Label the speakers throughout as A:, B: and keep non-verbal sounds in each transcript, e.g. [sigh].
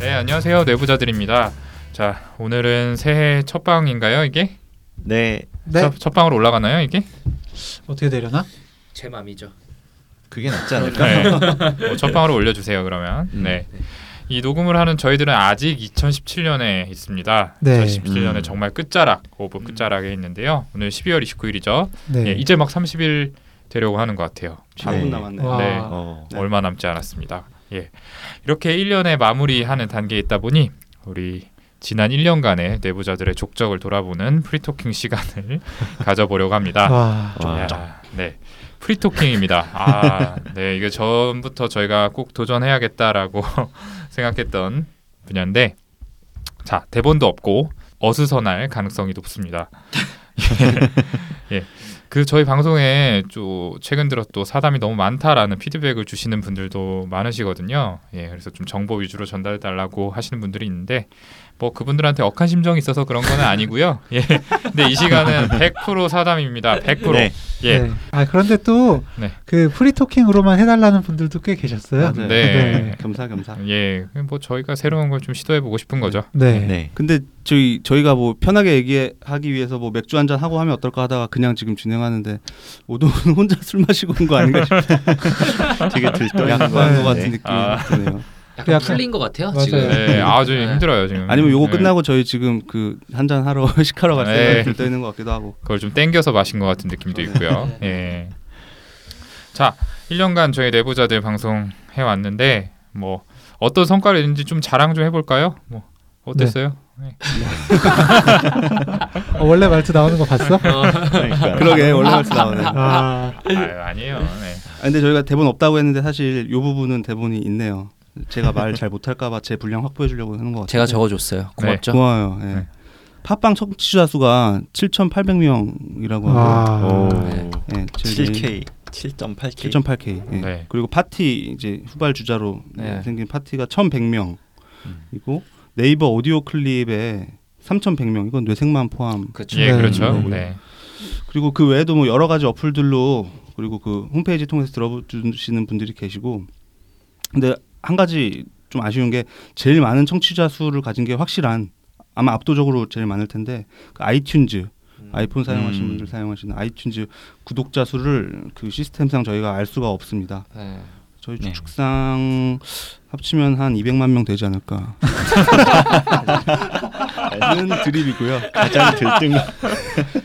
A: 네, 안녕하세요. 내부자들입니다. 자, 오늘은 새해 첫 방인가요, 이게?
B: 네.
C: 네
A: 첫, 첫 방으로 올라가나요, 이게?
C: 어떻게 되려나?
D: 제 맘이죠.
B: 그게 낫지 않을까?
C: [laughs]
A: 네. 뭐첫 방으로 올려주세요, 그러면.
B: 음.
A: 네. 이 녹음을 하는 저희들은 아직 2017년에 있습니다.
C: 네.
A: 2017년에
B: 음.
A: 정말 끝자락, 오브 뭐 끝자락에 있는데요. 오늘 12월 29일이죠. 예,
C: 네.
A: 이제 막 30일 되려고 하는 것 같아요.
E: 그러니까
D: 4분
B: 네.
D: 남았네요.
C: 와.
A: 네.
B: 어.
D: 네.
A: 얼마 남지 않았습니다. 예. 이렇게 1년에 마무리하는 단계에 있다 보니 우리 지난 1년간의 내부자들의 족적을 돌아보는 프리토킹 시간을 [laughs] 가져보려고 합니다.
C: 와.
B: 와.
A: 야, 네. 프리토킹입니다. 아, 네. 이게 전부터 저희가 꼭 도전해야겠다라고 [laughs] 생각했던 분야인데 자, 대본도 없고 어수선할 가능성이 높습니다. [laughs] 예. 예. 그 저희 방송에 좀 최근 들어 또 사담이 너무 많다라는 피드백을 주시는 분들도 많으시거든요. 예. 그래서 좀 정보 위주로 전달해 달라고 하시는 분들이 있는데 뭐 그분들한테 억한 심정이 있어서 그런 건 아니고요. 예. 근데 이 시간은 100% 사담입니다. 100%.
B: 네.
A: 예.
C: 네. 아 그런데 또 그
A: 네.
C: 프리토킹으로만 해달라는 분들도 꽤 계셨어요.
B: 맞아요.
A: 네.
D: 겸사겸사.
A: 예, 뭐 저희가 새로운 걸 좀 시도해 보고 싶은 거죠.
C: 네.
B: 네.
D: 근데 저희 저희가 뭐 편하게 얘기하기 위해서 뭐 맥주 한 잔 하고 하면 어떨까 하다가 그냥 지금 진행하는데 오동훈 [laughs] 혼자 술 마시고 온 거 아닌가 싶어요.
B: 되게 들떠 있는
D: 약간
C: 네.
D: 것 같은 느낌이
A: 아.
D: 드네요.
E: 약간,
C: 약간-
E: 풀린 것 같아요
C: 맞아요.
E: 지금.
A: 네, 아주 힘들어요 지금.
D: 아니면 요거
A: 네,
D: 끝나고 저희 지금 그 한 잔 하러 [laughs] 식하러 갈
A: 네.
D: 때 들떠 있는 것 같기도 하고.
A: 그걸 좀 땡겨서 마신 것 같은 느낌도
D: 네.
A: 있고요. 예. 자, 1년간 저희 내부자들 방송 해 왔는데 뭐 어떤 성과를 냈는지 좀 자랑 좀 해볼까요? 뭐 어땠어요?
C: 어, 원래 말투 나오는 거
E: [laughs]
C: 봤어?
B: 그러니까.
D: 그러게 원래 말씀 나오네. 아,
C: 아,
A: 아유, 아니에요. 네.
D: 근데 저희가 대본 없다고 했는데 사실 요 부분은 대본이 있네요. 제가 말 잘 못할까봐 제 분량 확보해 주려고 하는 것 같아요.
E: 제가 적어줬어요. 고맙죠.
D: 고마워요. 예.
A: 네.
D: 팟빵 청취자 수가 7,800명이라고 하고
C: 와.
B: 오.
E: 네.
D: 예, 저희
B: 7K, 7.8K.
D: 7.8K. 예.
A: 네.
D: 그리고 파티 이제 후발 주자로
E: 네.
D: 생긴 파티가 1,100명이고 네이버 오디오 클립에 3,100명. 이건 뇌생만 포함.
E: 그렇죠.
A: 예,
C: 네.
A: 그렇죠.
D: 네.
A: 네.
D: 그리고 그 외에도 뭐 여러 가지 어플들로 그리고 그 홈페이지 통해서 들어주시는 분들이 계시고 근데 한 가지 좀 아쉬운 게 제일 많은 청취자 수를 가진 게 확실한 아마 압도적으로 제일 많을 텐데 그 아이튠즈 아이폰 사용하시는
B: 음.
D: 분들 사용하시는 아이튠즈 구독자 수를 그 시스템상 저희가 알 수가 없습니다.
E: 네.
D: 저희
B: 네.
D: 축상 합치면 한 200만 명
B: [laughs]
D: 되지 않을까? 는 드립이고요.
B: 가장 들뜬 거.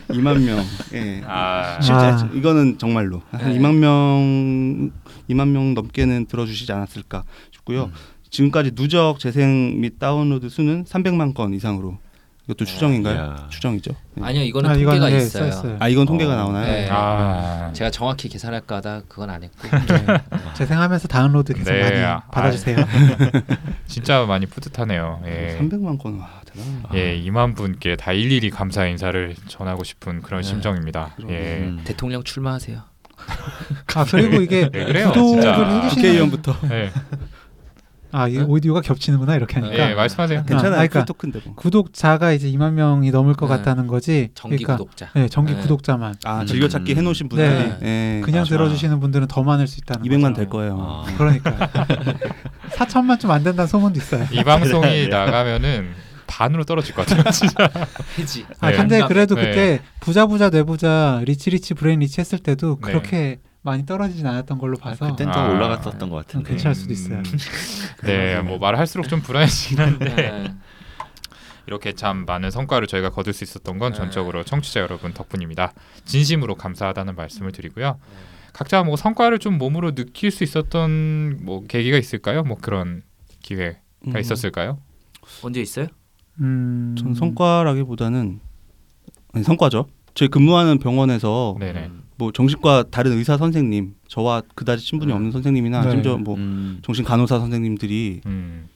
D: 2만 명. 예.
A: 아,
D: 실제
C: 아.
D: 이거는 정말로 한
E: 네.
D: 2만 명 2만 명 넘게는 들어주시지 않았을까 싶고요.
C: 음.
D: 지금까지 누적 재생 및 다운로드 수는 300만 건 이상으로
A: 네.
D: 이것도 추정인가요?
B: 야.
D: 추정이죠. 예.
E: 아니요 이거는
C: 아,
E: 통계가
C: 네,
E: 있어요.
C: 써있어요.
D: 아 이건 통계가
B: 어.
D: 나오나요?
E: 네.
A: 아.
E: 제가 정확히 계산할까 하다 그건 안 했고. 네.
C: 재생하면서 다운로드 계속
A: 네,
C: 많이
A: 아,
C: 받아주세요.
A: 진짜 많이 뿌듯하네요. 예.
D: 300만 건 와,
C: 아,
D: 대단하다.
A: 예, 2만 분께 다 일일이 감사 인사를 전하고 싶은 그런
E: 네.
A: 심정입니다.
D: 그럼요.
A: 예.
B: 음.
E: 대통령 출마하세요.
C: [laughs] 아 그리고 이게
A: 네, 그래요,
C: 구독을
A: 진짜.
C: 해주시는
D: 국회의원부터
A: 네.
C: 아
E: 네.
C: 이 오디오가 겹치는구나 이렇게 하니까
A: 예, 말씀하세요.
C: 아,
D: 괜찮아요.
C: 그러니까.
D: 프리 토큰데 뭐.
C: 구독자가 이제 2만 명이 넘을 것
E: 네.
C: 같다는 거지.
E: 정기
C: 그러니까
E: 구독자.
C: [laughs] 네, 정기
E: 네.
C: 구독자만
D: 아
B: 음.
D: 즐겨찾기 해놓으신 분들이
C: 네.
D: 예.
C: 그냥
B: 맞아.
C: 들어주시는 분들은 더 많을 수 있다는
D: 200만
C: 거죠.
D: 될 거예요.
B: 아.
C: [laughs] 그러니까 4천만 좀 안 된다는 소문도 있어요.
A: 이
C: [laughs] 네.
A: 방송이 나가면은 반으로 떨어질 것 같아요. 진짜.
E: 해지.
C: 아
A: 네.
C: 근데 그래도
A: 네.
C: 그때 부자 부자 내부자 리치 리치 브레인 리치 했을 때도
A: 네.
C: 그렇게 많이 떨어지진 않았던 걸로
B: 아,
C: 봐서
B: 그땐
A: 아.
B: 더 올라갔었던 것 같은데.
C: 괜찮을 수도 있어요. [laughs]
A: 네, 음. 뭐 말할수록 좀 불안해지긴 한데
E: 네.
A: [laughs] 이렇게 참 많은 성과를 저희가 거둘 수 있었던 건
E: 네.
A: 전적으로 청취자 여러분 덕분입니다. 진심으로 감사하다는 말씀을 드리고요.
C: 네.
A: 각자 뭐 성과를 좀 몸으로 느낄 수 있었던 뭐 계기가 있을까요? 뭐 그런 기회가
D: 음.
A: 있었을까요?
E: 언제 있어요?
C: 음...
D: 전 성과라기보다는 아니, 성과죠. 저희 근무하는
C: 어.
D: 병원에서
A: 네네.
E: 음.
D: 뭐 정신과 다른 의사 선생님, 저와 그다지 친분이 없는 선생님이나
C: 네.
D: 심지어 뭐
B: 음.
D: 정신 간호사 선생님들이 어,
A: 음.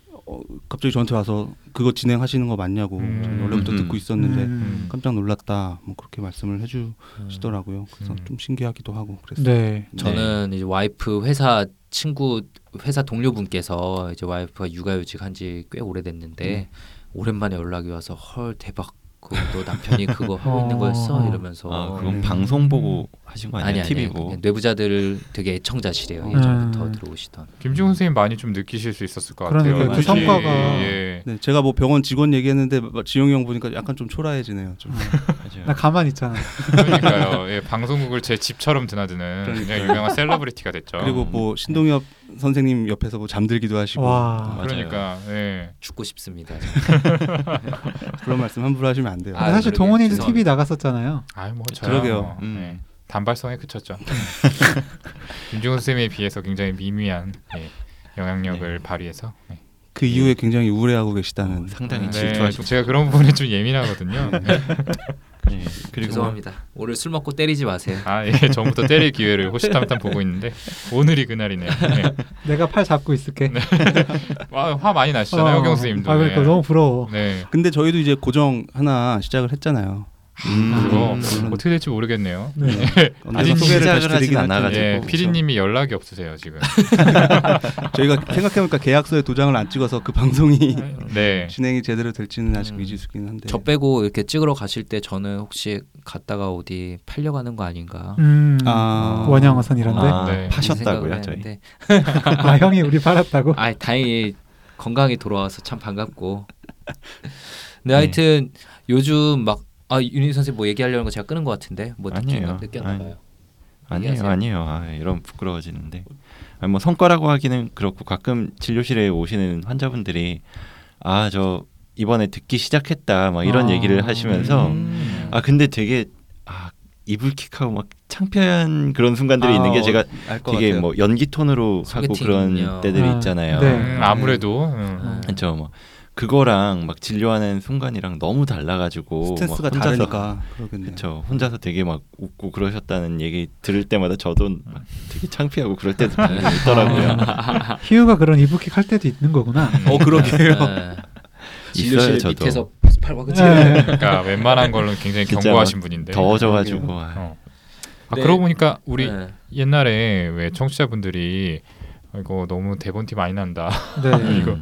D: 갑자기 저한테 와서 그거 진행하시는 거 맞냐고
A: 음.
D: 저는 원래부터
B: 음.
D: 듣고 있었는데
C: 음.
D: 깜짝 놀랐다 뭐 그렇게 말씀을 해주시더라고요. 그래서
A: 음.
D: 좀 신기하기도 하고 그랬어요.
C: 네.
E: 저는 이제 와이프 회사 친구 회사 동료분께서 이제 와이프가 육아휴직 한지 꽤 오래됐는데 오랜만에 연락이 와서 헐 대박 그너 남편이 그거 하고 있는
C: 어.
E: 거였어 이러면서
B: 아 그건
D: 음.
B: 방송 보고 하신 거
E: 아니
B: 아니야?
E: 아니
B: TV 보고.
E: 그냥 뇌부자들 되게 애청자시래요
B: 어.
E: 예전부터
C: 음.
E: 들어오시던
A: 김지훈 선생님 많이 좀 느끼실 수 있었을 것 같아요.
C: 그러니까요.
B: 그
A: 특히,
C: 성과가.
A: 예.
D: 네, 제가 뭐 병원 직원 얘기했는데 마- 지용이 형 보니까 약간 좀 초라해지네요. 좀.
C: 나
B: 맞아요.
C: 가만히 있잖아.
A: 그러니까요. 예, 방송국을 제 집처럼 드나드는
D: 그러니까요.
A: 그냥 유명한 셀러브리티가
C: 아,
A: 됐죠.
D: 그리고 뭐 신동엽 선생님 옆에서 뭐 잠들기도 하시고
C: 음. 와.
A: 그러니까 예.
E: 죽고 싶습니다.
D: 그런 말씀 함부로 하시면 안 돼요.
E: 아,
C: 사실
E: 그러게.
C: 동원이도
E: 죄송합니다.
C: TV 나갔었잖아요.
A: 아유 뭐 저야
D: 그러게요.
A: 뭐,
B: 음.
A: 예. 단발성에 그쳤죠. [laughs] 김종훈 쌤에 비해서 굉장히 미미한 예,
D: 네.
A: 영향력을 발휘해서 예.
D: 그 이후에 굉장히 우울해하고 계시다는
B: 상당히
A: 네,
B: 질투하시고.
A: 제가 그런 부분에 좀 예민하거든요.
D: 음.
A: 예.
B: 예. [laughs] 그리고
E: 죄송합니다. 오늘 술 먹고 때리지 마세요.
A: 아 예, 전부터 때릴 기회를 호시탐탐 보고 있는데 오늘이 그날이네요. 예.
C: 내가 팔 잡고 있을게.
A: 와, 화 많이 나시잖아요,
C: 어.
A: 허경 쌤님도.
C: 아 그러니까
A: 예.
C: 너무 부러워.
A: 네.
D: 근데 저희도 이제 고정 하나 시작을 했잖아요.
A: 그리고
B: 음.
A: 어떻게 될지 모르겠네요.
C: 네.
D: 언제나
B: 아직
D: 소개를 다시
B: 시작을 하진
D: 드리긴 할 텐데.
B: 않아가지고.
A: 예,
B: 그렇죠.
A: 피디님이 연락이 없으세요
D: [laughs]
A: 지금.
D: 저희가 생각해보니까 계약서에 도장을 안 찍어서 그 방송이
A: 네.
D: [laughs] 진행이 제대로 될지는 아직
E: 음.
D: 미지수긴 한데
B: 네.
E: 저 빼고 이렇게 찍으러 가실 때 저는 혹시 갔다가 어디 팔려가는 거 아닌가?
C: 음.
D: 아.
C: 원양어선 이런데. 아. [laughs]
B: 아,
A: 네.
B: 파셨다고요
E: 생각을
B: 저희?
E: 했는데.
C: 형이 우리 팔았다고.
E: 아 다행히 건강히 돌아와서 참 반갑고.
B: 네.
E: 근데 하여튼 요즘 막아 윤희 선생 뭐 얘기하려는 거 제가 끄는 것 같은데 뭐
B: 아니에요.
E: 느꼈나 느꼈나
B: 아니.
E: 봐요.
B: 아니에요,
E: 얘기하세요.
B: 아니에요. 아, 이런 부끄러워지는데. 아니, 뭐 성과라고 하기는 그렇고 가끔 진료실에 오시는 환자분들이 아 저 이번에 듣기 시작했다 막 이런
C: 아,
B: 얘기를 하시면서
E: 음.
B: 아 근데 되게 아 이불킥하고 막 창피한 그런 순간들이
D: 아,
B: 있는 게
D: 어,
B: 제가
D: 알것
B: 되게
D: 같아요.
B: 뭐 연기 톤으로 하고
E: 소개팅이요.
B: 그런 때들이
C: 아,
B: 있잖아요.
C: 네.
A: 음, 아무래도 음.
E: 아.
B: 그렇죠. 뭐 그거랑 막 진료하는 순간이랑 너무 달라가지고
D: 스탠스가
B: 막뭐 혼자서
D: 다르니까 그러겠네요.
B: 그렇죠. 혼자서 되게 막 웃고 그러셨다는 얘기 들을 때마다 저도 막 되게 창피하고 그럴 때도
E: [laughs]
B: 분명히
C: [laughs]
B: 있더라고요.
C: 희우가 음. 그런 이불킥 할 때도 있는 거구나.
D: 어 그러게요.
E: 네.
B: 있어요,
E: 진료실
B: 저도.
E: 밑에서 팔고 그치?
B: [laughs]
C: 네.
A: 그러니까 웬만한 걸로 굉장히
B: 진짜
A: 견고하신 분인데.
B: 더워져가지고 아,
A: 네. 어. 아
E: 네.
A: 그러고 보니까 우리
E: 네.
A: 옛날에 왜 청취자분들이 이거 너무 대본티 많이 난다 [laughs]
B: 아.
C: 네.
B: 음.
A: 이거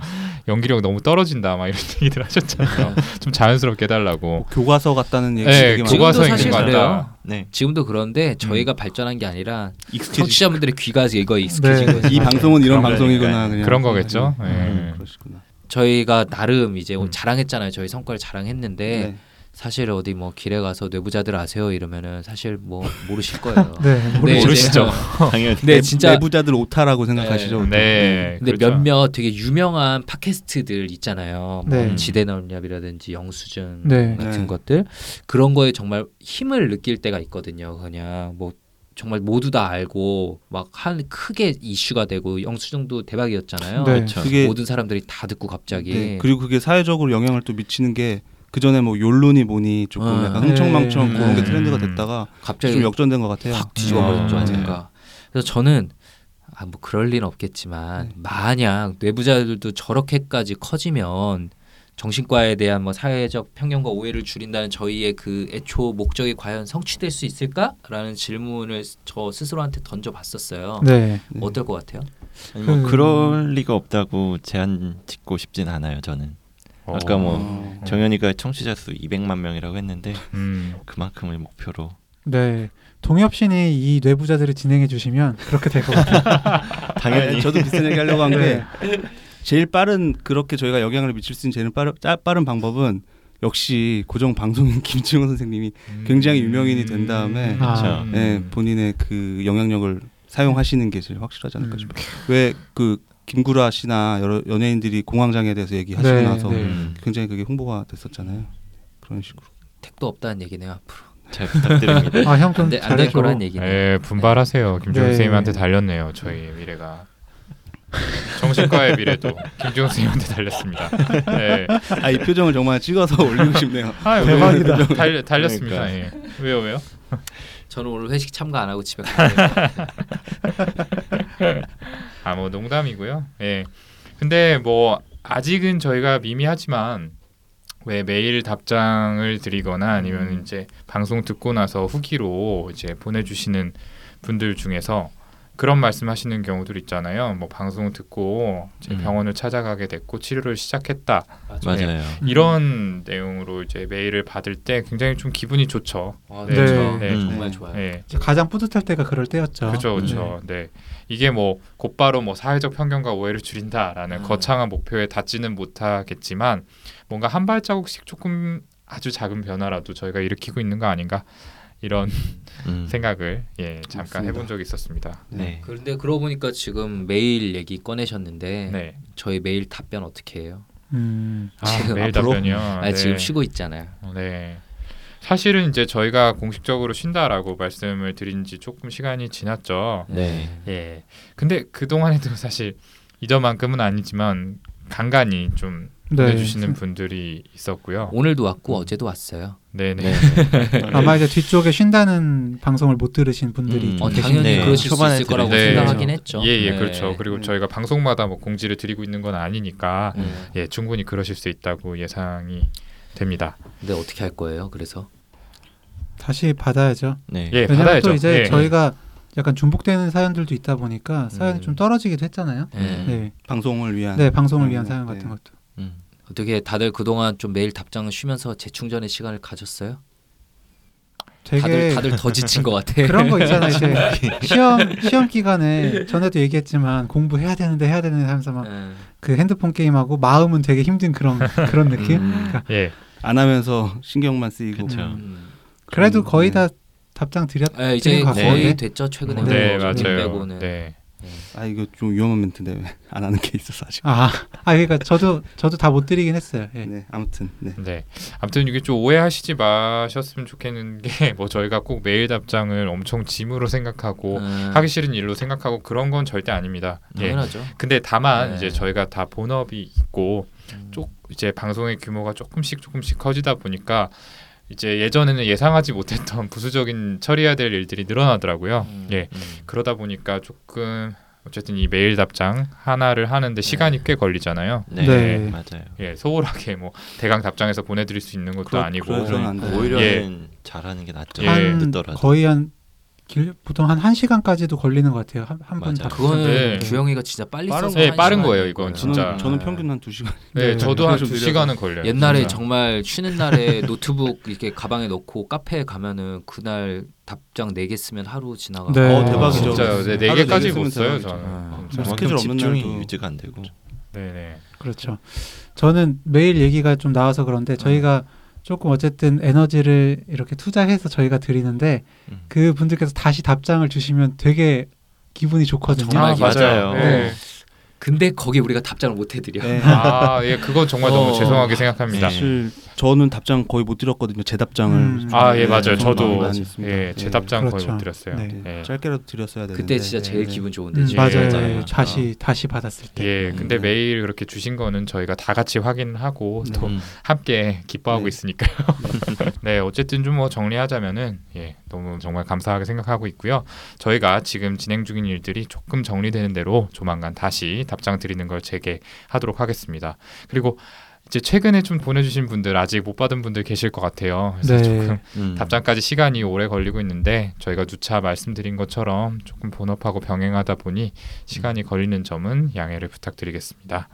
A: 연기력 너무 떨어진다 막 이런 얘기들 하셨잖아요 좀 자연스럽게 해달라고
D: 뭐 교과서 같다는 얘기
A: 네,
D: 되게 많아요.
E: 지금도
A: 교과서에
E: 사실
A: 있는 거
E: 그래요.
A: 같다
B: 네.
E: 지금도 그런데 저희가 발전한 게 아니라
D: 익숙해지.
E: 청취자분들의 귀가 이거 익숙해진
C: 네.
E: 거죠.
D: 이 방송은 이런
B: 그런
D: 방송이구나
B: 거니까.
D: 그냥
A: 그런 거겠죠?
D: 음,
A: 예.
D: 그러시구나.
E: 저희가 나름 이제
A: 음.
E: 자랑했잖아요. 저희 성과를 자랑했는데
D: 네.
E: 사실 어디 뭐 길에 가서 뇌부자들 아세요 이러면은 사실 뭐 모르실 거예요.
C: 네.
E: 근데 이제-
A: 모르시죠.
B: 당연히
E: 근데
D: 내-
E: 네, 진짜
D: 네, 내부자들 오타라고 생각하시죠. 보통?
A: 네
E: 근데
A: 그렇죠.
E: 몇몇 되게 유명한 팟캐스트들 있잖아요.
C: 네.
E: 뭐 지대넘렵이라든지 영수증
C: 네.
E: 같은
D: 네.
E: 것들 그런 거에 정말 힘을 느낄 때가 있거든요. 그냥 뭐 정말 모두 다 알고 막 한 크게 이슈가 되고 영수증도 대박이었잖아요.
C: 네.
B: 그렇죠.
D: 그게
E: 모든 사람들이 다 듣고 갑자기
D: 네, 그리고 그게 사회적으로 영향을 또 미치는 게 그 전에 뭐 욜론이 뭐니 조금
E: 어,
D: 약간
C: 네.
D: 흥청망청 그런 게
A: 음.
D: 트렌드가 됐다가
E: 갑자기
D: 좀 역전된 것 같아요. 네.
E: 확
A: 음.
E: 뒤집어버렸죠
A: 아,
E: 아닌가. 그래서 저는 아 뭐 그럴 리는 없겠지만 만약 내부자들도 저렇게까지 커지면 정신과에 대한 뭐 사회적 편견과 오해를 줄인다는 저희의 그 애초 목적이 과연 성취될 수 있을까라는 질문을 저 스스로한테 던져봤었어요.
C: 네.
D: 네.
E: 어떨 것 같아요?
B: 아니, 뭐
C: 음.
B: 그럴 리가 없다고 제한 짓고 싶진 않아요. 저는 아까 뭐
D: 어.
B: 정현이가 청취자 수 200만 명이라고 했는데
A: 음.
B: 그만큼을 목표로
C: 네. 동엽신이 이 뇌부자들을 진행해 주시면 그렇게 될 것
E: [laughs]
C: 같아요.
B: 당연히
D: 아니, 저도 비슷한 얘기 하려고 한 게
C: 네.
D: 제일 빠른 그렇게 저희가 영향을 미칠 수 있는 제일 빠른, 짜- 빠른 방법은 역시 고정 방송인 [laughs] 김지훈 선생님이 굉장히 유명인이 된 다음에
A: 음.
C: 아.
A: 음.
D: 예, 본인의 그 영향력을 사용하시는 게 제일 확실하지 않을까
C: 음.
D: 싶어요. 왜 그 김구라 씨나 여러 연예인들이 공황장애에 대해서 얘기하시고
C: 네,
D: 나서
C: 네.
B: 음,
D: 굉장히 그게 홍보가 됐었잖아요. 그런 식으로.
E: 택도 없다는 얘기네요. 앞으로
B: 잘 부탁드립니다.
C: 아, 형 좀
E: 네, 안될
C: 잘해줘.
E: 거란 얘기네.
A: 예, 분발하세요. 김종우
C: 네.
A: 선생님한테 달렸네요. 저희 미래가. 정신과의 미래도 김종우 선생님한테 달렸습니다. 네.
D: 아 이 표정을 정말 찍어서 [laughs] 올리고 싶네요.
A: 아,
C: 대박이다.
A: 왜, 달, 달렸습니다. 예. 왜요, 왜요?
E: 저는 오늘 회식 참가 안 하고 집에 가요.
A: [laughs] 아, 뭐 농담이고요. 예. 근데 뭐 아직은 저희가 미미하지만 왜 매일 답장을 드리거나 아니면 이제 방송 듣고 나서 후기로 이제 보내주시는 분들 중에서 그런 말씀하시는 경우들 있잖아요. 뭐 방송을 듣고 제
B: 음.
A: 병원을 찾아가게 됐고 치료를 시작했다
B: 맞아요.
A: 이런 내용으로 이제 메일을 받을 때 굉장히 좀 기분이 좋죠.
E: 아,
A: 네,
E: 네.
A: 저- 네.
E: 정말
D: 음.
E: 좋아요.
A: 네.
C: 가장 뿌듯할 때가 그럴 때였죠.
A: 그렇죠, 그렇죠. 네. 이게 뭐 곧바로 뭐 사회적 편견과 오해를 줄인다라는
E: 아.
A: 거창한 목표에 닿지는 못하겠지만 뭔가 한 발자국씩 조금 아주 작은 변화라도 저희가 일으키고 있는 거 아닌가 이런
B: 음.
A: 생각을 예 잠깐
D: 맞습니다.
A: 해본 적이 있었습니다.
B: 네.
E: 그런데 그러고 보니까 지금 메일 얘기 꺼내셨는데
A: 네.
E: 저희 메일 답변 어떻게 해요?
C: 음,
A: 아,
E: 지금
A: 메일
E: 앞으로?
A: 답변이요.
E: 아,
A: 네.
E: 지금 쉬고 있잖아요.
A: 네. 사실은 이제 저희가 공식적으로 쉰다라고 말씀을 드린 지 조금 시간이 지났죠.
B: 네.
A: 예. 근데 그동안에도 사실 이전만큼은 아니지만 간간히 좀
C: 네.
A: 보내주시는 분들이 있었고요.
E: 오늘도 왔고 어제도 왔어요.
A: 네네.
B: 네.
C: 아마 이제 뒤쪽에 쉰다는 방송을 못 들으신 분들이
B: 음.
E: 어,
C: 계신-
E: 당연히
B: 네.
E: 그러실 수
B: 초반에
E: 있을 거라고
A: 들으셨죠.
E: 생각하긴 했죠.
A: 예, 예,
E: 네.
A: 그렇죠. 그리고
D: 음.
A: 저희가 방송마다 뭐 공지를 드리고 있는 건 아니니까
E: 네.
A: 예, 충분히 그러실 수 있다고 예상이 됩니다.
E: 근데 어떻게 할 거예요? 그래서
C: 다시 받아야죠.
B: 네.
A: 예,
C: 왜냐면
A: 받아야죠.
C: 또 이제
A: 예.
C: 저희가 약간 중복되는 사연들도 있다 보니까 사연이
E: 음.
C: 좀 떨어지기도 했잖아요.
E: 네.
C: 네,
D: 방송을 위한
C: 네 방송을 위한
D: 음,
C: 사연
D: 네.
C: 같은 것도.
B: 음.
E: 어떻게 다들 그동안 좀 매일 답장을 쉬면서 재충전의 시간을 가졌어요?
C: 되게
E: 다들 네. 다들 더 지친 것
C: [laughs]
E: 같아.
C: 그런 거
E: [laughs]
C: 있잖아요. 이제 시험 시험 기간에 전에도 얘기했지만 공부해야 되는데 해야 되는데 하면서 막 그
E: 네.
C: 핸드폰 게임하고 마음은 되게 힘든
E: [laughs]
C: 그런 그런 느낌.
E: 음.
A: 예.
D: 안 하면서 신경만 쓰이고
B: 그렇죠.
E: 음.
C: 그래도
D: 그런-
C: 거의
D: 네.
C: 다 답장 드렸.
E: 아, 이제
C: 지금 가서
E: 거의
C: 네.
E: 됐죠 최근에
A: 네,
E: 뭐
A: 맞아요.
E: 빼고는.
A: 네.
D: 아 이거 좀 위험한 멘트인데 왜 안 하는 게 있어서 아직.
C: 아, [laughs] 아 그러니까 저도 저도 다 못 드리긴 했어요. 예.
D: 네 아무튼 네.
A: 네. 아무튼 이게 좀 오해하시지 마셨으면 좋겠는 게 [laughs] 뭐 저희가 꼭 메일 답장을 엄청 짐으로 생각하고
E: 음.
A: 뭐, 하기 싫은 일로 생각하고 그런 건 절대 아닙니다. 예.
E: 당연하죠.
A: 근데 다만
E: 네.
A: 이제 저희가 다 본업이 있고
D: 음.
A: 쪽 이제 방송의 규모가 조금씩 조금씩 커지다 보니까 이제 예전에는 예상하지 못했던 [laughs] 부수적인 처리해야 될 일들이 늘어나더라고요.
E: 음.
A: 예.
E: 음.
A: 그러다 보니까 조금 어쨌든 이 메일 답장 하나를 하는데 시간이 꽤 걸리잖아요.
B: 네.
C: 네.
B: 맞아요.
A: 예, 소홀하게 뭐 대강 답장에서 보내드릴 수 있는 것도
D: 그러-
A: 아니고
D: 그러죠. 그건 안
C: 그러니까.
D: 돼요. 예.
B: 오히려는 잘하는 게 낫죠.
A: 예.
C: 한
B: 늦더라도.
C: 거의 한 길, 보통 한1 시간까지도 걸리는 것 같아요. 한한번
B: 맞아요.
E: 그거는
A: 네.
E: 규영이가 진짜 빨리
D: 빠른
E: 써서
A: 거- 네,
E: 한
A: 빠른
E: 시간일
A: 거예요, 이건
E: 거예요.
D: 저는
A: 진짜.
D: 저는 평균 한 두 시간.
A: 네,
C: 네,
A: 저도 한
D: 그래서 [laughs]
A: 두
D: 느려서.
A: 시간은 걸려요.
E: 옛날에
A: 진짜.
E: 정말 쉬는 날에 노트북 이렇게 가방에 넣고 카페에 가면은 그날 답장 네 개 쓰면 하루 지나가.
C: 네.
D: 어, 대박이죠.
A: 진짜요. 네, 네
D: 하루
A: 개까지
D: 내내
A: 못
D: 쓰면
A: 써요
D: 대박이죠.
A: 저는.
E: 아.
A: 진짜.
B: 그만큼
D: 스케줄 없는
B: 집중이
D: 날도.
B: 유지가 안 되고.
A: 네네.
C: 그렇죠. 저는 매일 얘기가 좀 나와서 그런데 저희가 조금 어쨌든 에너지를 이렇게 투자해서 저희가 드리는데
B: 음.
C: 그 분들께서 다시 답장을 주시면 되게 기분이 좋거든요.
E: 정말
A: 아, 맞아요.
B: 맞아요.
A: 네.
E: 근데 거기 우리가 답장을 못 해드려.
D: 네.
A: 아, 예, 그건 정말
E: 어.
A: 너무 죄송하게 생각합니다.
B: 네.
D: 사실 저는 답장 거의 못 드렸거든요. 제 답장을.
C: 음.
A: 아, 예,
D: 네,
A: 맞아요.
D: 정말
A: 저도
D: 많이 했습니다.
A: 예, 제 답장 거의
C: 그렇죠.
A: 못 드렸어요.
C: 네.
A: 예.
D: 네. 짧게라도 드렸어야 되는데.
E: [laughs] 그때 진짜 제일
D: 네.
E: 기분 좋은데.
C: 음,
E: 지금.
C: 맞아요.
A: 맞아요.
C: 다시 다시 받았을 때.
A: 예,
B: 음,
A: 근데
D: 네.
A: 매일 그렇게 주신 거는 저희가 다 같이 확인하고
C: 네.
A: 또
B: 음.
A: 함께 기뻐하고
D: 네.
A: 있으니까요. [laughs] 네, 어쨌든 좀 뭐 정리하자면은 예, 너무 정말 감사하게 생각하고 있고요. 저희가 지금 진행 중인 일들이 조금 정리되는 대로 조만간 다시 답장 드리는 걸 재개하도록 하겠습니다. 그리고 이제 최근에 좀 보내주신 분들 아직 못 받은 분들 계실 것 같아요. 그래서
C: 네.
A: 조금
B: 음.
A: 답장까지 시간이 오래 걸리고 있는데 저희가 누차 말씀드린 것처럼 조금 본업하고 병행하다 보니 시간이 걸리는 점은 양해를 부탁드리겠습니다.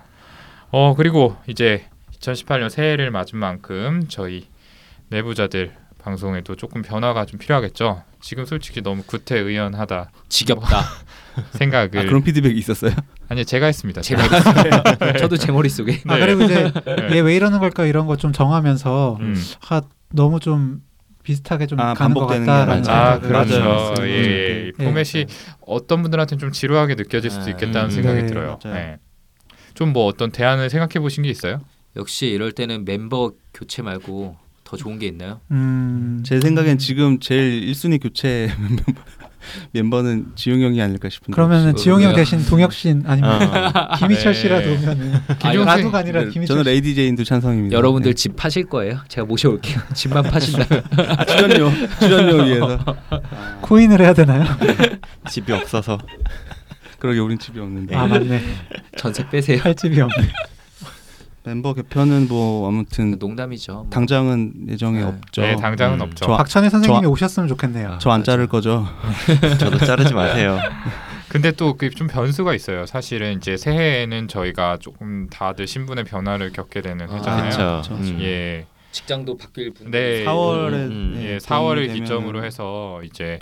A: 어 그리고 이제 2018년 새해를 맞은 만큼 저희 내부자들 방송에도 조금 변화가 좀 필요하겠죠. 지금 솔직히 너무 구태의연하다 [laughs]
E: 지겹다.
A: 생각을
D: 아, 그런 피드백이 있었어요? [laughs]
A: 아니 제가 했습니다.
E: 제 머릿속에. [laughs] 저도 제 머릿속에.
C: 아
A: 네.
C: 그리고
A: [laughs]
C: 이제
A: 네.
C: 얘 왜 이러는 걸까 이런 거 좀 정하면서
A: 음.
C: 아, 너무 좀 비슷하게 좀
D: 아,
C: 가는 것
D: 반복되는
C: 같다라는
D: 게
A: 아,
D: 맞아요.
C: 생각을
A: 그렇죠.
D: 맞아요.
A: 예, 예. 이
C: 네.
A: 포맷이 어떤 분들한테는 좀 지루하게 느껴질 수도 있겠다는
B: 음,
A: 생각이
C: 네,
A: 들어요.
D: 맞아요.
A: 좀 뭐 어떤 대안을 생각해 보신 게 있어요?
E: 역시 이럴 때는 멤버 교체 말고 더 좋은 게 있나요?
C: 음,
D: 제 생각엔 지금 제일 1순위 교체 [laughs] 멤버- 멤버는 지용 형이 아닐까 싶은데.
C: 그러면은 지용 형
E: 왜요?
C: 대신 동혁 씨 아니면
B: 아,
C: [laughs] 김희철
A: 네.
C: 씨라도 오면은
A: 김희철 씨.
C: 라도가 아니라
D: 네,
C: 김희철
D: 저는
C: 씨.
D: 레이디 제인도 찬성입니다.
E: 여러분들 집 파실 거예요? 제가 모셔올게요. [laughs] 집만 파신다면. [laughs]
D: 네. 아, 출연료 [laughs] 출연료 위해서 네.
C: 코인을 해야
D: [laughs]
C: 되나요?
B: [laughs] 집이 없어서.
D: 그러게 우린 집이 없는데
C: 아 맞네.
E: 전세 빼세요.
C: 팔집이 없네.
D: 멤버 개편은 뭐 아무튼
E: 농담이죠. 뭐.
D: 당장은 예정에
E: 네.
D: 없죠.
A: 네, 당장은
B: 음,
A: 없죠.
D: 저-
C: 박찬희 선생님이
A: 아,
D: 저- 그렇죠.
C: 오셨으면 좋겠네요.
D: 저 안 자를 거죠.
B: 저도 자르지 마세요.
A: 근데 또 그 좀 변수가 있어요. 사실은 이제 새해에는 저희가 조금 다들 신분의 변화를 겪게 되는
E: 아,
A: 해잖아요.
B: 그렇죠.
D: 그쵸.
A: 예,
E: 직장도 바뀔 분.
A: 네.
D: 4월에
B: 음,
A: 예,
D: 네,
A: 4월을
D: 되면은
A: 기점으로 해서 이제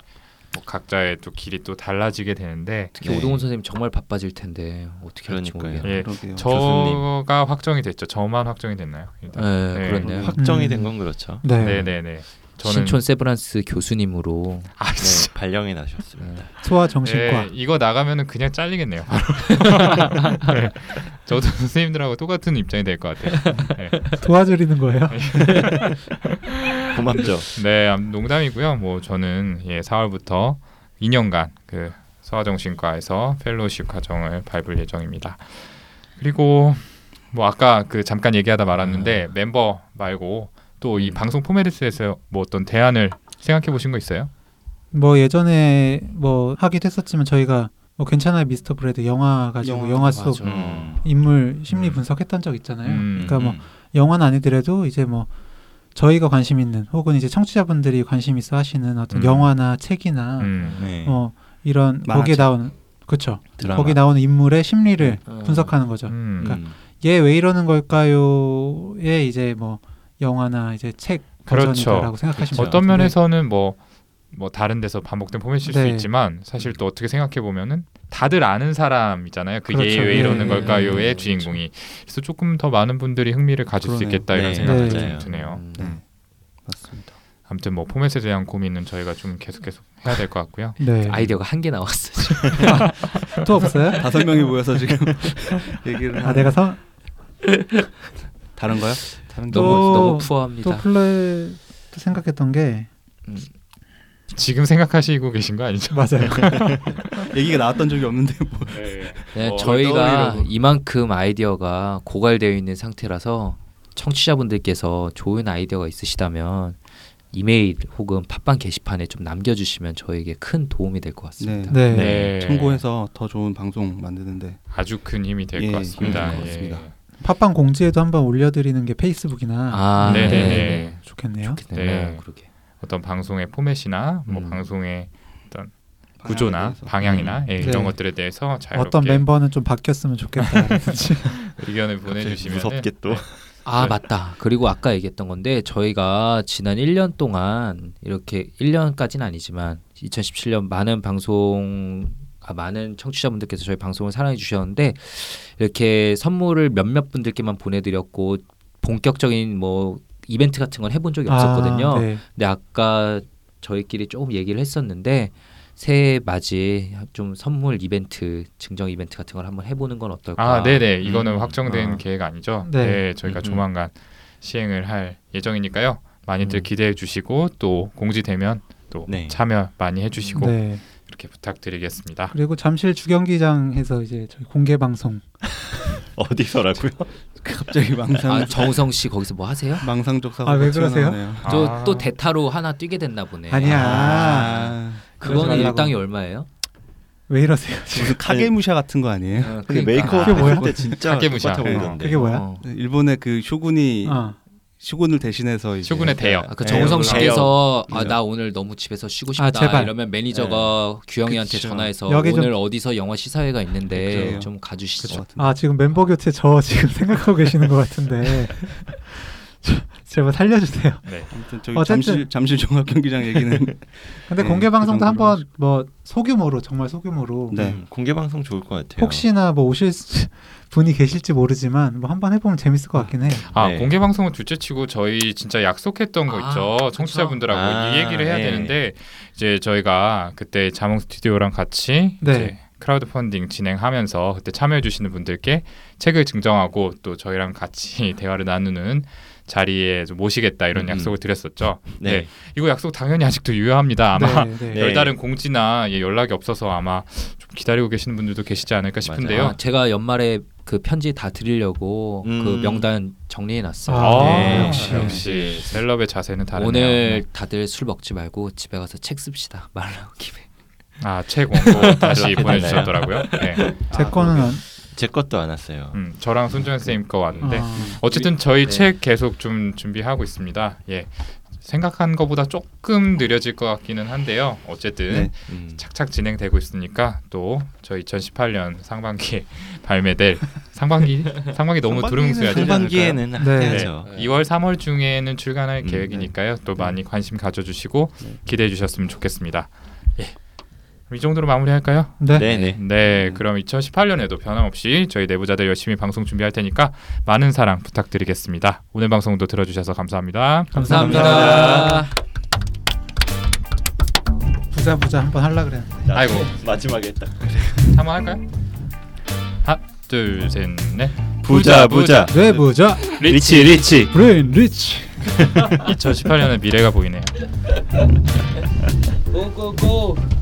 A: 뭐 각자의 또 길이 또 달라지게 되는데
E: 특히
B: 네.
E: 오동훈 선생님 정말 바빠질 텐데 어떻게 할지
B: 그러니까요.
E: 모르겠네요.
A: 예,
D: 그러게요.
A: 저가 확정이 됐죠. 저만 확정이 됐나요? 일단.
E: 네,
A: 네.
E: 그렇네요.
B: 확정이
C: 음.
B: 된 건 그렇죠.
C: 네.
A: 네, 네, 네. 저는
E: 신촌 세브란스 교수님으로
A: 아, 씨.
B: 네, 발령이 나셨습니다.
C: 소아 정신과.
A: 예, 이거 나가면은 그냥 잘리겠네요. 바로. 네. 저도 선생님들하고 똑같은 입장이 될 것 같아요. 네.
C: 도와드리는 거예요.
B: 고맙죠.
A: 네, 암- 농담이고요. 뭐 저는 예, 4월부터 2년간 그 소아정신과에서 펠로우십 과정을 밟을 예정입니다. 그리고 뭐 아까 그 잠깐 얘기하다 말았는데 멤버 말고 또 이 방송 포메리스에서 뭐 어떤 대안을 생각해 보신 거 있어요?
C: 뭐 예전에 뭐 하기도 했었지만 저희가 뭐 괜찮아요 미스터 브레드 영화 가지고 영화,
D: 영화,
C: 속
E: 맞아.
B: 음.
C: 인물 심리
A: 음.
C: 분석했던 적 있잖아요.
A: 음,
C: 그러니까 뭐 영화는 아니더라도 이제 뭐 저희가 관심 있는 혹은 이제 청취자분들이 관심 있어 하시는 어떤
A: 음.
C: 영화나 책이나
A: 음.
B: 네.
C: 뭐 이런 거기에
D: 만화책.
C: 나오는 그쵸
B: 드라마.
C: 거기 나오는 인물의 심리를
E: 음.
C: 분석하는 거죠.
A: 음.
C: 그러니까 얘 왜 이러는 걸까요의 이제 뭐 영화나 이제 책
A: 그렇죠.
C: 버전이다라고 생각하시면
B: 그렇죠.
A: 어떤
C: 네.
A: 면에서는 뭐, 뭐 다른 데서 반복된 포맷일 수
C: 네.
A: 있지만 사실 또 어떻게 생각해 보면은 다들 아는 사람이잖아요. 그게
C: 그렇죠.
A: 왜
C: 네.
A: 이러는 걸까요의
E: 네.
A: 주인공이. 그래서 조금 더 많은 분들이 흥미를 가질 수
D: 그러네요.
A: 있겠다 이런
B: 네.
A: 생각이
C: 네.
A: 좀
B: 맞아요.
A: 드네요.
E: 음.
A: 음.
D: 맞습니다.
A: 아무튼 뭐 포맷에 대한 고민은 저희가 좀 계속 계속 해야 될 것 같고요.
C: 네.
E: 아이디어가 한 개 나왔어. 지금.
C: 또 없어요?
D: 다섯 명이 모여서 지금 [laughs] 얘기를
C: 아 내가 성,
D: 다른 거요? 다른
C: 또-
E: 너무 너무
C: 또
E: 푸어합니다.
C: 플레이 또 생각했던 게
A: 지금 생각하시고 계신 거 아니죠?
C: 맞아요.
D: 얘기가 나왔던 적이 없는데 뭐.
E: 네,
A: 어,
E: 저희가
A: 떠올리라고.
E: 이만큼 아이디어가 고갈되어 있는 상태라서 청취자분들께서 좋은 아이디어가 있으시다면 이메일 혹은 팟빵 게시판에 좀 남겨주시면 저에게 큰 도움이 될 것
C: [laughs]
E: 같습니다.
C: 네.
A: 네.
D: 참고해서 더 좋은 방송 만드는데
A: 아주 큰 힘이 될 것
D: 예,
A: 같습니다.
D: 힘이 될것
A: 예.
D: 같습니다.
C: 팟빵 공지에도 한번 올려드리는 게 페이스북이나
E: 아,
A: 네, 네,
E: 네.
A: 네.
C: 좋겠네요.
E: 네,
A: 네.
E: 그러게.
A: 어떤 방송의 포맷이나 뭐
E: 음.
A: 방송의 구조나
D: 방향에
A: 방향이나 예, 이런
C: 네.
A: 것들에 대해서 자유롭게
C: 어떤 멤버는 좀 바뀌었으면
E: [laughs]
C: 좋겠다라든지
A: 의견을
B: 갑자기
A: 보내주시면
B: 무섭게 또.
A: 네.
E: 아 맞다. 그리고 아까 얘기했던 건데 저희가 지난 1년 동안 이렇게 1년까지는 아니지만 2017년 많은 방송 아, 많은 청취자분들께서 저희 방송을 사랑해 주셨는데 이렇게 선물을 몇몇 분들께만 보내드렸고 본격적인 뭐 이벤트 같은 건 해본 적이 없었거든요.
C: 아, 네.
E: 근데 아까 저희끼리 조금 얘기를 했었는데 새해 맞이 좀 선물 이벤트 증정 이벤트 같은 걸 한번 해보는 건 어떨까?
A: 아, 네네. 이거는
B: 음.
A: 확정된
E: 아.
A: 계획 아니죠?
C: 네.
A: 네, 저희가
E: 음, 음.
A: 조만간 시행을 할 예정이니까요. 많이들
E: 음.
A: 기대해 주시고 또 공지되면 또
B: 네.
A: 참여 많이 해주시고
C: 네.
A: 이렇게 부탁드리겠습니다.
C: 그리고 잠실 주경기장에서 이제 저희 공개 방송
B: [laughs] 어디서라고요?
D: 네. 갑자기 망상
E: 아, 정우성 씨 거기서 뭐 하세요?
D: 망상적 사고
C: 아, 왜 그러세요?
E: 또,
A: 아.
E: 또 대타로 하나 뛰게 됐나 보네.
C: 아니야
D: 아,
E: 그거는
C: 그러지 말라고.
E: 일당이 얼마예요?
C: 왜 이러세요?
D: 무슨 카게무샤 같은 거 아니에요?
E: 어,
B: 근데
E: 그러니까.
B: 메이크업
C: 그게 뭐야?
B: 했을 때 진짜
A: 사케무샤.
B: 똑같아 네. 보이던데.
C: [laughs] 그게 뭐야?
E: 어.
D: 일본의 그 쇼군이
C: 어.
D: 쇼군을 대신해서 이제
A: 쇼군의 대역.
E: 아까 그
D: 네,
E: 정우성
D: 얼굴
E: 씨께서 아,
D: 네.
E: 나 오늘 너무 집에서 쉬고 싶다
C: 아, 제발.
E: 이러면 매니저가 규영이한테
D: 그쵸.
E: 전화해서
C: 여기
E: 오늘
C: 좀-
E: 어디서 영화 시사회가 있는데
D: 그래요.
E: 좀
D: 그쵸.
E: 가주시죠.
C: 아 지금 멤버 교체 저 지금 [laughs] 생각하고 계시는 것 같은데 저- 제발 살려주세요.
D: 아무튼 저기
C: 어쨌든-
D: 잠실 잠실 종합 경기장 얘기는
C: 근데
D: 네,
C: 공개
D: 그
C: 방송도
D: 정도로
C: 한번 뭐 소규모로 정말 소규모로
D: 네.
B: 음, 공개 방송 좋을 것 같아요.
C: 혹시나 뭐 오실 수- [laughs] 분이 계실지 모르지만 뭐 한번 해보면 재밌을 것 같긴 해요.
A: 아
B: 네.
A: 공개 방송은 둘째치고 저희 진짜 약속했던 거
E: 아,
A: 있죠
E: 그쵸.
A: 청취자분들하고
B: 아,
A: 이 얘기를 해야
B: 네.
A: 되는데 이제 저희가 그때 자몽 스튜디오랑 같이
C: 네.
A: 이제 크라우드 펀딩 진행하면서 그때 참여해 주시는 분들께 책을 증정하고 또 저희랑 같이 [laughs] 대화를 나누는 자리에 좀 모시겠다 이런
B: 음,
A: 약속을 드렸었죠.
B: 네.
A: 이거 약속 당연히 아직도 유효합니다. 아마
C: 네, 네.
B: 네.
A: [laughs] 별다른 공지나 예, 연락이 없어서 아마 좀 기다리고 계시는 분들도 계시지 않을까 싶은데요.
E: 아, 제가 연말에 그 편지 다 드리려고
B: 음.
E: 그 명단 정리해 놨어요.
C: 아,
A: 아,
B: 네,
A: 역시
B: 역시.
A: 역시 셀럽의 자세는 다르네요.
E: 오늘 다들 술 먹지 말고 집에 가서 책 씁시다. 말 나온 김에.
A: 아, 책 원고 다시
B: 연락해달라요?
A: 보내주셨더라고요. 네.
C: 제
D: 아,
C: 거는 안-
B: 제 것도 안 왔어요.
A: 음, 저랑 순정 선생님 거 왔는데
C: 아,
A: 어쨌든 저희
E: 네.
A: 책 계속 좀 준비하고 있습니다. 예, 생각한 것보다 조금 느려질 것 같기는 한데요. 어쨌든
B: 네.
E: 음.
A: 착착 진행되고 있으니까 또 저 2018년 상반기에 [laughs] 발매될 상반기 상반기 너무
D: 상반기는
A: 두루뭉술하죠.
D: 상반-
B: 상반기에는
C: 네.
B: 해야죠.
E: 네.
A: 2월 3월 중에는 출간할
B: 음,
A: 계획이니까요. 또
D: 네.
A: 많이 관심 가져주시고
D: 네.
A: 기대해 주셨으면 좋겠습니다. 예. 그럼 이 정도로 마무리할까요?
C: 네.
B: 네, 네.
A: 네, 그럼 2018년에도 변함없이 저희 내부자들 열심히 방송 준비할 테니까 많은 사랑 부탁드리겠습니다. 오늘 방송도 들어주셔서 감사합니다.
E: 감사합니다.
C: 부자 부자 한번 하려 그랬는데.
A: 아이고.
B: 마지막에 했다.
A: 한번 할까요? 하나, 둘, 셋, 넷. [laughs]
B: 부자 부자.
C: 네 부자
B: 리치 리치.
C: 브레인 리치.
A: 2018년은 미래가 보이네요.
E: 고고고.